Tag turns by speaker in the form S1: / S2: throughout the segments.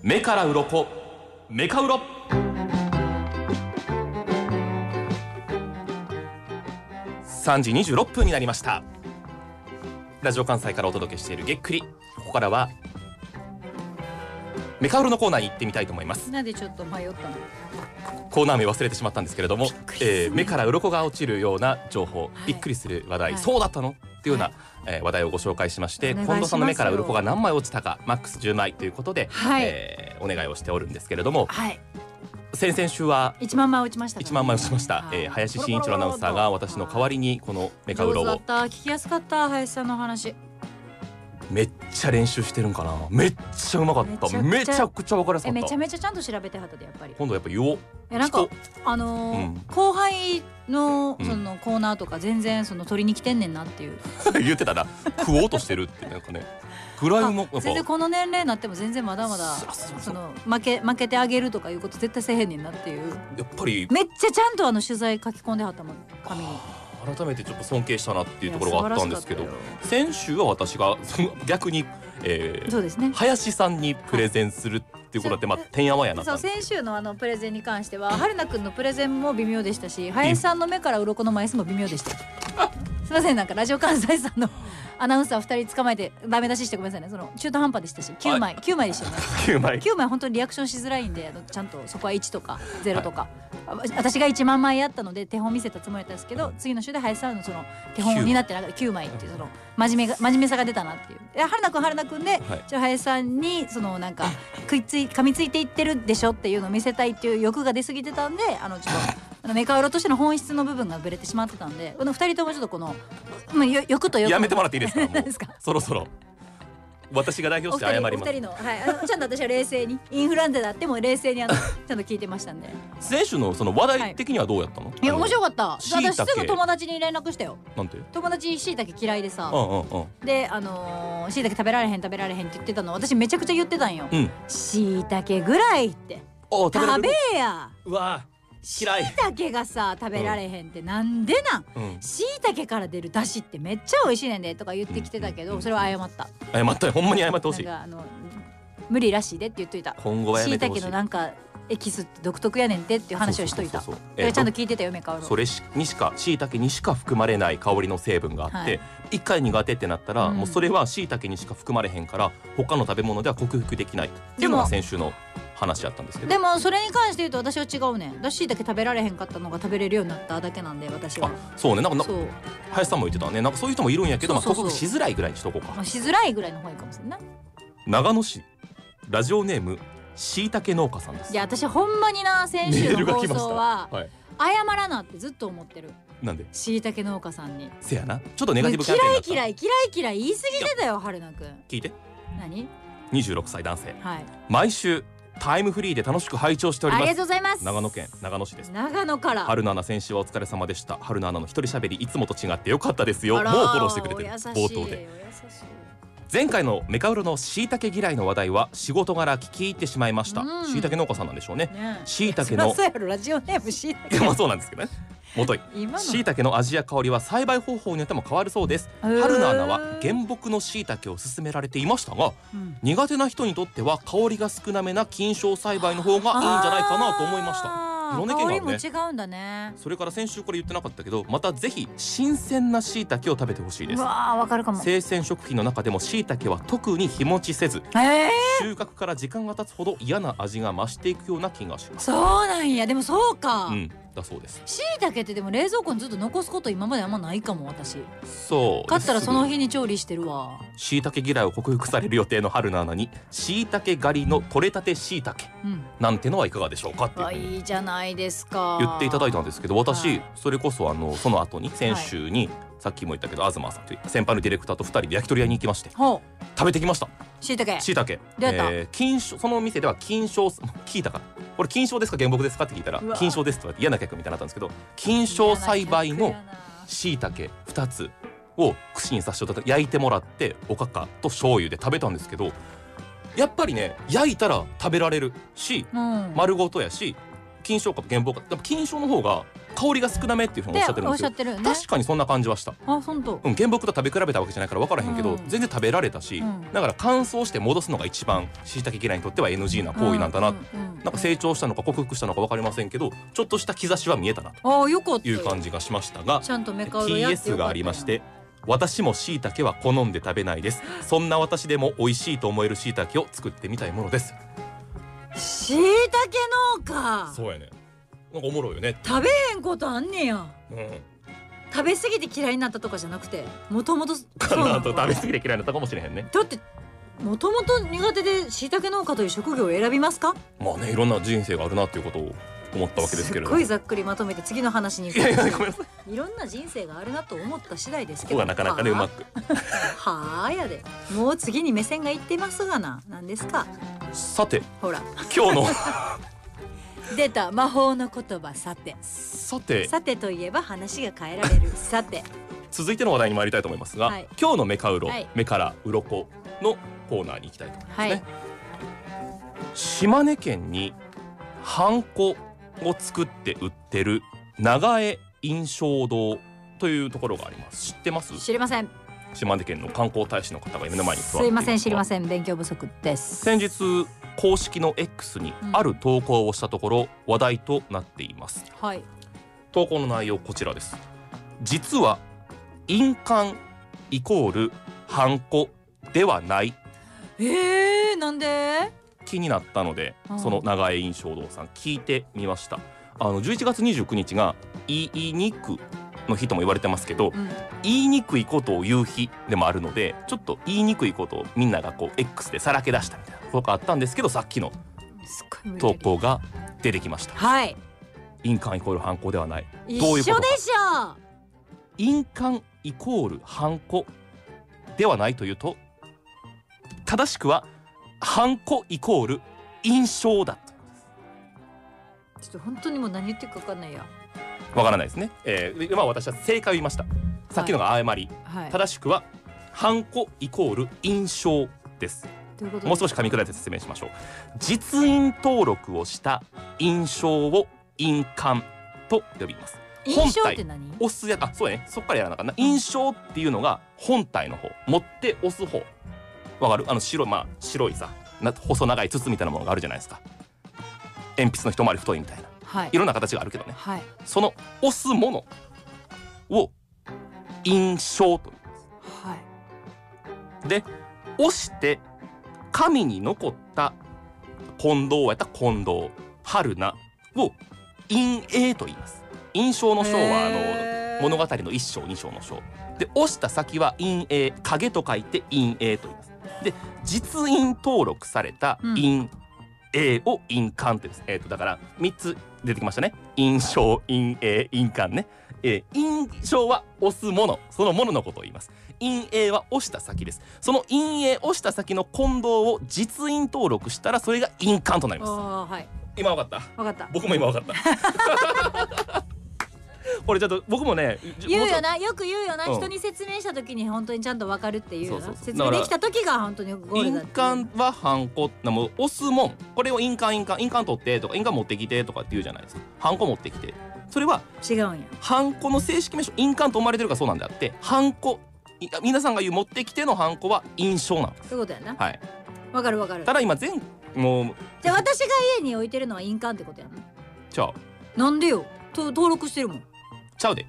S1: 目から鱗メカウロ3時26分になりましたラジオ関西からお届けしているげっくりここからはメカウロのコーナーに行ってみたいと思います
S2: なんでちょっと迷ったの
S1: コーナー名忘れてしまったんですけれども
S2: びっくりする
S1: えー目から鱗が落ちるような情報、
S2: い
S1: びっくりする話題、
S2: はい
S1: そうだったのっていうような、
S2: はい
S1: えー話題をご紹介しまして
S2: お願いしますよ
S1: 近藤さんの目から鱗が何枚落ちたかマックス10枚ということで、
S2: はい
S1: えーお願いをしておるんですけれども
S2: はい
S1: 先々週は
S2: 一万枚落ちましたからね
S1: 1万枚落ちました、えー林真一郎アナウンサーが私の代わりにこのメカウロ
S2: 上手だ
S1: を
S2: った聞きやすかった林さんの話
S1: めっちゃ練習してるんかなめっちゃうまかっため
S2: め
S1: ち
S2: ち
S1: ゃ
S2: ゃ
S1: くちゃ分かりやす
S2: え
S1: かっ
S2: めちゃ
S1: た
S2: めちゃちゃんと調べてはったでやっぱり
S1: 今度やっぱ言おう
S2: えなん
S1: 聞
S2: か
S1: こ
S2: あのー
S1: うん
S2: 後輩の
S1: うん
S2: そのコーナーとか全然その取りに来てんねんなっていう、
S1: う言ってたな食おうとしてるってなんかね暗いも
S2: あ全然この年齢になっても全然まだまだ
S1: あそうそう
S2: その負け負けてあげるとかいうこと絶対せえへんねんなっていう
S1: やっぱり
S2: めっちゃちゃんとあの取材書き込んではったもん紙にっ
S1: 改めてちょっと尊敬したなっていうところがあったんですけど先週は私がその逆に、えー
S2: そうですね
S1: 林さんにプレゼンするっていうことだってまあてんやわんやなった
S2: そうん
S1: です
S2: 先週のあのプレゼンに関しては春菜くんのプレゼンも微妙でしたし林さんの目から鱗の枚数も微妙でしたすいませんなんかラジオ関西さんのアナウンサー2人捕まえてダメ出ししてごめんなさいねその中途半端でしたし9枚9枚でしたよね
S1: 9枚
S2: 9枚本当にリアクションしづらいんであのちゃんとそこは1とか0とか、あ私が1万枚やったので手本見せたつもりだったんですけど次の週で林さんのその手本になってなかった9枚っていうその真面目が真面目さが出たなっていうで春菜くん春菜くんで、
S1: はい
S2: じゃあ林さんにそ のなんか食いつい噛みついていってるでしょっていうのを見せたいっていう欲が出過ぎてたんであのちょっと。 あのメカウロとしての本質の部分がぶれてしまってたんでこの2人ともちょっとこの、まあ、よ欲と欲の
S1: やめてもらっていいですかも
S2: 何
S1: う
S2: ですか
S1: そろそろ私が代表し
S2: お
S1: て
S2: 二
S1: 謝
S2: 人
S1: り
S2: お
S1: ま
S2: 二人の、はい、 あのちゃんと私は冷静にインフルエンザだっても冷静に あのちゃんと聞いてましたんで。
S1: す先週のその話題的にはどうやったの、
S2: いや面白
S1: か
S2: かった。私
S1: 椎茸
S2: すぐ友達に連絡したよ。
S1: ったなんて
S2: 友達しいたけ嫌いで
S1: う、ん
S2: さ
S1: うんうん
S2: であのしいたけ食べられへん食べられへんって言ってたの私めちゃくちゃ言ってたんよ
S1: う。ん
S2: しいたけぐらいって
S1: お食べら
S2: 食
S1: れ
S2: べ
S1: る
S2: や。
S1: うわ嫌い
S2: しいたけがさ食べられへんってなんでなん。
S1: うん
S2: しいたけから出るだしってめっちゃ美味しいねんでとか言ってきてたけ
S1: うんうんう
S2: ど
S1: ん
S2: それは謝った。
S1: 謝ったよほんまに謝ってほしい
S2: なんかあの無理らしいでって言っといた。
S1: 今後はや
S2: し
S1: め
S2: い
S1: て
S2: た
S1: ほし
S2: け
S1: い
S2: のなんかエキスって独特やねんてっていう話をしといた
S1: そうそうそうそう
S2: それちゃんと聞いてたよメカウロ
S1: それしにしか椎茸にしか含まれない香りの成分があって、
S2: はい
S1: 一回苦手ってなったら、
S2: うん
S1: もうそれは椎茸にしか含まれへんから他の食べ物では克服できないっていうの
S2: で
S1: が
S2: も
S1: 先週の話だったんですけど
S2: でもそれに関して言うと私は違うねんだしいたけ食べられへんかったのが食べれるようになっただけなんで私は
S1: あそうねなんかな
S2: そうも
S1: 林さんも言ってたねなんかそういう人もいるんやけどまあ
S2: そうそう
S1: 克
S2: そう
S1: 服しづらいぐらいにしとこうか
S2: うしづらいぐらいの方がいいかもしれんない
S1: 長野市ラジオネーム椎茸農家さんです
S2: いや私ほんまにな先週の放送は
S1: はい
S2: 謝らなってずっと思ってる
S1: なんで
S2: しいたけ農家さんに
S1: せやなちょっとネ
S2: 嫌
S1: ガテ
S2: い
S1: ィブキャンペーンだった
S2: 嫌い嫌い嫌い言い過ぎてたよ春菜くん
S1: 聞いて
S2: 何
S1: 26歳男性
S2: はい
S1: 毎週タイムフリーで楽しく拝聴しており
S2: あ
S1: ま
S2: りが
S1: す
S2: とうございます
S1: 長野県長野市です
S2: 長野から
S1: 春菜アナ先週はお疲れ様でした春菜アナの一人喋りいつもと違ってよかったですよも
S2: あ
S1: うフ
S2: ら
S1: ォローしてくれてる
S2: お優しい
S1: 冒頭で
S2: お優しい
S1: 前回のメカウロの椎茸嫌いの話題は仕事柄聞き入ってしまいました
S2: うん
S1: 椎茸農家さんなんでしょうね
S2: ねえ
S1: 椎茸
S2: そり
S1: の
S2: ゃそうやろラジオネームしいた
S1: い
S2: け
S1: やまあそうなん ですけどねもとい
S2: 今の
S1: 椎茸の味や香りは栽培方法によっても変わるそうです
S2: へー
S1: 春菜アナは原木の椎茸を勧められていましたが
S2: うん
S1: 苦手な人にとっては香りが少なめな菌床栽培の方がいいんじゃないかなと思いました
S2: あー
S1: いろんな意見があるね
S2: 香りも違うんだね
S1: それから先週これ言ってなかったけどまたぜひ新鮮な椎茸を食べてほしいで
S2: う
S1: す
S2: わあわかるかも
S1: 生鮮食品の中でも椎茸は特に日持ちせず
S2: えー、
S1: 収穫から時間が経つほど嫌な味が増していくような気がします
S2: そうなんやでもそうか
S1: うんだそうです
S2: しいたけってでも冷蔵庫にずっと残すこと今まであんまないかも私
S1: そう
S2: 買ったらその
S1: 日
S2: 日に調理してるわ
S1: 椎茸嫌いを克服される予定の春菜アナに椎茸狩りの取れたて椎茸
S2: うん
S1: なんてのはいかがでしょうかっていう
S2: あ
S1: ふうに
S2: いいじゃないですか
S1: 言っていただいたん
S2: で
S1: ですけど私
S2: はい
S1: それこそあのその後に先週にさっきも言ったけど東さんという先輩のディレクターと2人で焼き鳥屋に行きまして
S2: ほ
S1: 食べてきました
S2: うしいたけ
S1: 椎茸
S2: 出た
S1: えー金賞その店では金賞聞いたからこれ金賞ですか原木ですかって聞いたら
S2: うわ
S1: 金賞ですとか言って嫌な客みたいになったんですけど金賞栽培
S2: い
S1: の
S2: やな
S1: 椎茸2つを串に刺して焼いてもらっておかかと醤油で食べたんですけどやっぱりね焼いたら食べられるし
S2: うん、
S1: 丸ごとやし金賞か原木かやっぱ金賞の方が香りが少なめっていうふうにおっしゃってるんで
S2: おっ
S1: す
S2: しゃ
S1: よ
S2: ってるよね
S1: 確かにそんな感じはした
S2: あ本当、
S1: うん原木と食べ比べたわけじゃないから分からへんけど、
S2: うん
S1: 全然食べられたし、
S2: うん
S1: だから乾燥して戻すのが一番しいたけ嫌いにとっては NG な行為なんだな、
S2: ううう
S1: なんか成長したのか克服したのか分かりませんけどちょっとした兆しは見えたなと
S2: ああよかった
S1: い
S2: よ
S1: う感じがしましたが
S2: ちゃんとメカウロやってよか
S1: PS が
S2: ったよ
S1: ありまして私も椎茸は好んで食べないですそんな私でも美味しいと思える椎茸を作ってみたいものです
S2: しいたけ農家
S1: そうやねなんかおもろいよね
S2: 食べへんことあんねや
S1: うん
S2: 食べ過ぎて嫌いになったとかじゃなくてもともとそ
S1: かなと
S2: うな
S1: 食
S2: の
S1: べ過ぎて嫌いになったかもしれへんね
S2: だってもともと苦手でしいたけ農家という職業を選びますか
S1: まあねいろんな人生があるなっていうことを思ったわけですけれ
S2: っ
S1: ど
S2: ご
S1: も
S2: いざっくりまとめて次の話に行
S1: いやいやご
S2: く
S1: めんなさい
S2: いろんな人生があるなと思った次第です
S1: こ
S2: け
S1: こ
S2: ど
S1: がなかなかねうまく
S2: くはあやでもう次に目線がいってますがな何ですか
S1: さて
S2: ほら
S1: 今 日の
S2: 出た魔法の言葉さて
S1: さて
S2: さてといえば話が変えられるさて
S1: 続いての話題に参りたいと思いますが、
S2: はい
S1: 今日のメカウロ、
S2: はい
S1: 目から鱗のコーナーに行きたいと思います
S2: は
S1: ね、
S2: い
S1: 島根県にハンコを作って売ってる長江印象堂というところがあります知ってます
S2: 知りません
S1: 島根県の観光大使の方が目の前に座って
S2: すいません知りま
S1: ん
S2: せん勉強不足です
S1: 先日公式の X に
S2: うん
S1: ある投稿をしたところ話題となっています
S2: はい
S1: 投稿の内容こちらです実は印鑑イコールハンコではない
S2: えー、なんで
S1: 気になったので、
S2: うん
S1: その長江印象堂さん聞いてみましたあの11月29日が言いにくの日とも言われてますけど
S2: うん
S1: 言いにくいことを言う日でもあるのでちょっと言いにくいことをみんながこう X でさらけ出したみたいなことがあったんですけどさっきの
S2: すっごい無理
S1: 投
S2: やり
S1: 稿が出てきました
S2: はい
S1: 印鑑イコール犯行ではない
S2: 一
S1: どう
S2: 緒
S1: い
S2: で
S1: う
S2: し
S1: ことか
S2: ょ
S1: 印鑑イコール犯行ではないというと正しくは犯行イコール印象だと
S2: ちょっと本当にもう何言ってるか分かんないや
S1: わからないですね。えー、でまあ私は正解を言いました。さっきのが誤り、
S2: はい
S1: 正しくはハンコイコール印象です。
S2: ということで
S1: もう少し噛み砕いて説明しましょう。実印登録をした印象を印鑑と呼びます。
S2: 印象って何
S1: 押すやあそうやね。そっからやらなあかんな。印象っていうのが本体の方、持って押す方。わかる？あの白いまあ白いさ、な細長い筒みたいなものがあるじゃないですか。鉛筆の一回り太いみたいな。
S2: はい
S1: いろんな形があるけどね。
S2: はい
S1: その押すものを印象と
S2: はい
S1: で押して紙に残った近藤やったら近藤春菜を陰影と言います印象の章はあ
S2: へ
S1: の
S2: ー
S1: 物語の一章二章の章で押した先は陰影影と書いて陰影と言いますで実印登録された
S2: うん
S1: 陰影を印鑑ってです、えっ、とだから三つ出てきましたね印象陰影印鑑ね、えー印象は押すものそのもののことを言います陰影は押した先ですその陰影押した先の近藤を実印登録したらそれが印鑑となり
S2: あ
S1: ます
S2: あはい
S1: 今わかった
S2: 分かった
S1: 僕も今わかった これちょっと僕もねじ
S2: 言う
S1: も
S2: よ
S1: ちょっ
S2: なよく言うよな、
S1: うん
S2: 人に説明した時に本当にちゃんと分かるっていうよな
S1: そうそうそう
S2: 説明できた時が本当にゴ
S1: と
S2: ールだ
S1: 印
S2: っていう
S1: 鑑はハンコなもう押すもんこれを印鑑印鑑印鑑取ってとか印鑑持ってきてとかって言うじゃないですかハンコ持ってきてそれは
S2: 違うんや
S1: ハンコの正式名称印鑑と思われてるからそうなんであってハンコい皆さんが言う持ってきてのハンコは印象なの
S2: そういうことやな
S1: はい
S2: 分かる分かる
S1: ただ今全もう
S2: じゃあ私が家に置いてるのは印鑑ってことやな
S1: ちゃう
S2: なんでよと登録してるもん
S1: ちゃうで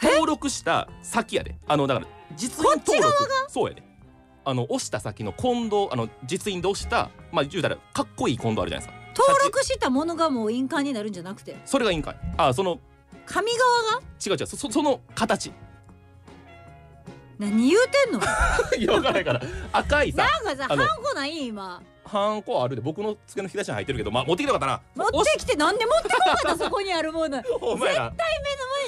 S1: 登録した先やであのだから実印登録そうやであの押した先の近藤あの実印で押したまあ言うたらかっこいい近藤あるじゃないですか
S2: 登録したものがもう印鑑になるんじゃなくて
S1: それがいいんかいあその
S2: 紙側が
S1: 違う違うそそその 形
S2: 何言うてんの
S1: いや分からないから 赤いさ
S2: なんかさハ
S1: あの
S2: ンコない今
S1: ハンコあるで僕の机の引き出しに入ってるけどまあ持ってきてよかったな
S2: 持ってきてなんで持ってこんかった そこにあるもの前
S1: お前ら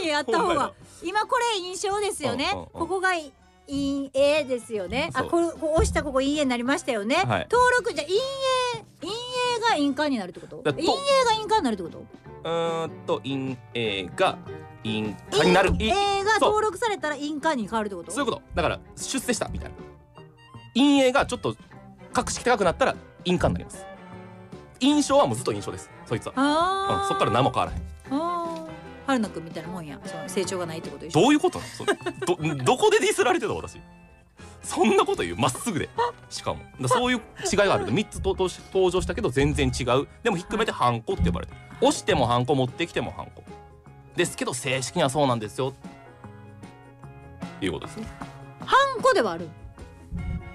S2: にやった
S1: ほ
S2: 方
S1: んまや
S2: が今これ印象ですよね
S1: うんうんうん
S2: ここがい陰影ですよねあ
S1: そう
S2: これこう押したここ陰影になりましたよね、
S1: はい
S2: 登録じゃ陰影陰影が印鑑になるってこと
S1: だ
S2: 陰
S1: と
S2: 影が印鑑になるってこと
S1: うーんと印影が印鑑になるい
S2: 陰影が
S1: そう
S2: 登録されたら印鑑に変わるってこと
S1: そういうことだから出世したみたいな陰影がちょっと格式高くなったら印鑑になります印象はもうずっと印象ですそいつは、
S2: あ
S1: う
S2: ー
S1: ん、そっから何も変わらへん
S2: あー春野くんみたいなもんやその成長がないってことでしょ
S1: どういうことなのそれどどこでディスられてた私そんなこと言うまっすぐでしかもだそういう違いがある3つととし登場したけど全然違うでもひっくるめてハンコって呼ばれてる押してもハンコ持ってきてもハンコですけど正式にはそうなんですよっていうことですね
S2: ハンコではある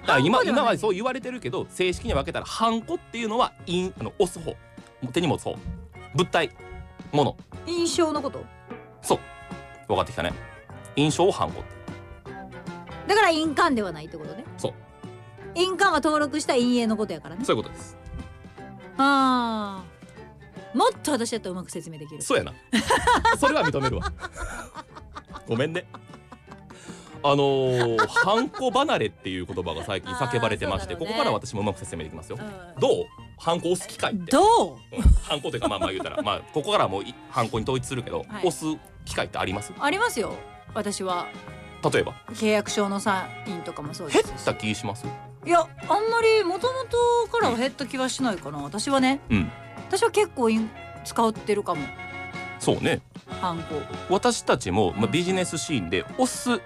S1: だから今
S2: ハンコでは
S1: 今
S2: ない
S1: はそう言われてるけど正式に分けたらハンコっていうのは印あの押す方手に持つ方物体もの
S2: 印象のこと
S1: そう分かってきたね印象をハンコって
S2: だから印鑑ではないってことね
S1: そう
S2: 印鑑は登録した陰影のことやからね
S1: そういうことです
S2: ああもっと私だったらうまく説明できる
S1: そうやなそれは認めるわごめんねあのー、ハンコ離れっていう言葉が最近叫ばれてまして、
S2: あーそ
S1: ここ
S2: うだろうね
S1: から私もうまく説明できますよ
S2: うん
S1: どうハンコ押す機会って
S2: どう
S1: うんハンコというかまあまあ言うたらまあここからはもういハンコに統一するけど、
S2: はい
S1: 押す機会ってあります
S2: ありますよ私は
S1: 例えば
S2: 契約書のサインとかもそうで
S1: 減っ
S2: すした
S1: 気します
S2: いやあんまりもともとからは減った気はしないかな私はね
S1: うん
S2: 私は結構イン使ってるかも
S1: そうね
S2: ハンコ
S1: 私たちも、まあ、ビジネスシーンで押す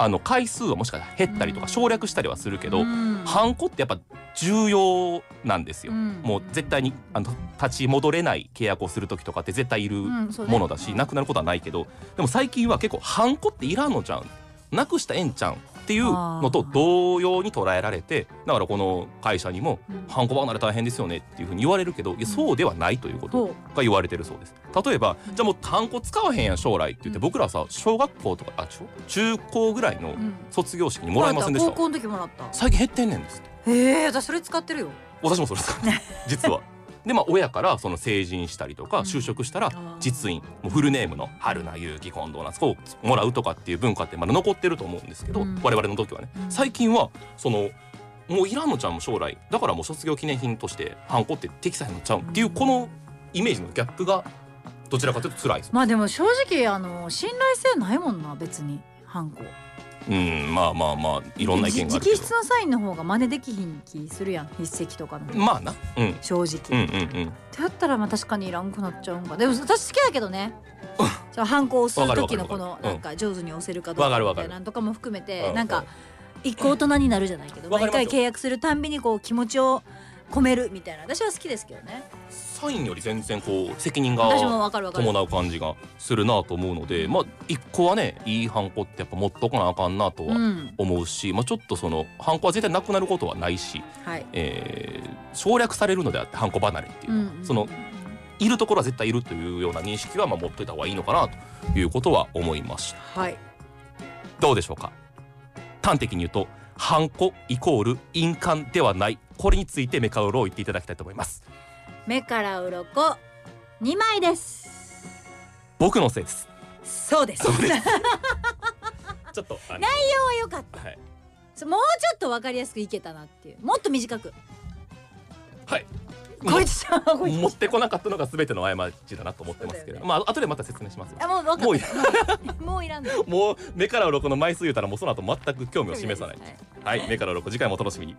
S1: あの回数はもしかしたら減ったりと
S2: う
S1: か
S2: ん
S1: 省略したりはするけど、
S2: うん
S1: ハンコってやっぱ重要なんですよ、
S2: うん
S1: もう絶対にあの立ち戻れない契約をする時とかって絶対いるも
S2: うんそうね
S1: のだし、なくなることはないけどでも最近は結構ハンコっていらんのじゃんなくしたらええんちゃうんっていうのと
S2: あー
S1: 同様に捉えられてだからこの会社にも
S2: うん
S1: ハンコ離れ大変ですよねっていうふうに言われるけどいやそうではないということ
S2: ほ
S1: が言われてるそうです例えば
S2: うん
S1: じゃあもうハンコ使わへんやん将来って言って
S2: うん
S1: 僕らさ小学校とかあ中中高ぐらいの
S2: うん
S1: 卒業式に
S2: う
S1: もらえませんでし
S2: 高
S1: た
S2: 校の時もらった
S1: 最近減ってんねんですって
S2: ええ私それ使ってるよ
S1: 私もそれ です実は。でまあ親からその成人したりとか
S2: うん
S1: 就職したら
S2: ー
S1: 実印もうフルネームの春名結城近藤夏子をもらうとかっていう文化ってまだ残ってると思うんですけど、
S2: うん
S1: 我々の時はね
S2: うん
S1: 最近はそのもういらんのちゃんも将来だからもう卒業記念品としてハンコって適さへんのちゃうんっていうこのイメージのギャップがどちらかというと辛いです
S2: まあでも正直あの信頼性ないもんな別にハンコ
S1: うんまあまあまあいろんな意見がある
S2: じ
S1: け
S2: 直筆のサインの方が真似できひん気するやん筆跡とかの
S1: どまあな、うん、
S2: 正
S1: うん
S2: 直、
S1: うんうん
S2: ってやったらまあ確かにいらんくなっちゃうんかでも私好きだけどねそのハンコを押す時のこ
S1: わ
S2: の
S1: かるわかるわかる
S2: なんか上手に押せるかどう
S1: わか
S2: か
S1: る
S2: み
S1: わか
S2: た
S1: る
S2: いなのとかも含め
S1: う
S2: て
S1: ん
S2: なんか一個大人になるじゃないけど
S1: わかり
S2: 毎
S1: ますよ
S2: 回契約するたんびにこう気持ちを込めるみたいな私は好きですけどね
S1: サインより全然こう責任が
S2: 私もわかるわかる
S1: 伴う感じがするなと思うのでまあ一個はねいいハンコってやっぱ持っとかなあかんなと
S2: う
S1: は
S2: ん
S1: 思うし、まあちょっとそのハンコは絶対なくなることはないし、
S2: はい
S1: えー省略されるのであってハンコ離れっていううのは、
S2: ん
S1: そのいるところは絶対いるというような認識はまあ持っといた方がいいのかなということは思いました
S2: はい
S1: どうでしょうか端的に言うとハンコイコール印鑑ではないこれについてメカウロを言っていただきたいと思います
S2: 目から鱗二枚です
S1: 僕のせいです
S2: そうです
S1: そうですちょっとあの
S2: は良かっ
S1: はい
S2: たもうちょっとわかりやすくいけたなっていうもっと短く
S1: はい。
S2: こいつさんこいつ
S1: 持ってこなかったのが全ての過ちだなと思ってますけど、
S2: そうだよね
S1: まあ後でまた説明しますよ
S2: あもうわか
S1: もうい
S2: ったもういらんの
S1: もう目から鱗の枚数言うたらもうその後全く興味を示さないはい、目から鱗次回もお楽しみに